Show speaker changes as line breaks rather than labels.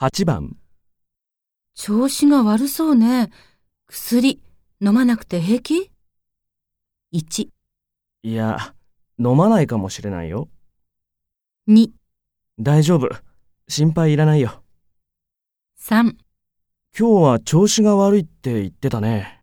8番、
調子が悪そうね。薬、飲まなくて平気 ?1、
いや、飲まないかもしれないよ。
2、
大丈夫。心配いらないよ。
3。
今日は調子が悪いって言ってたね。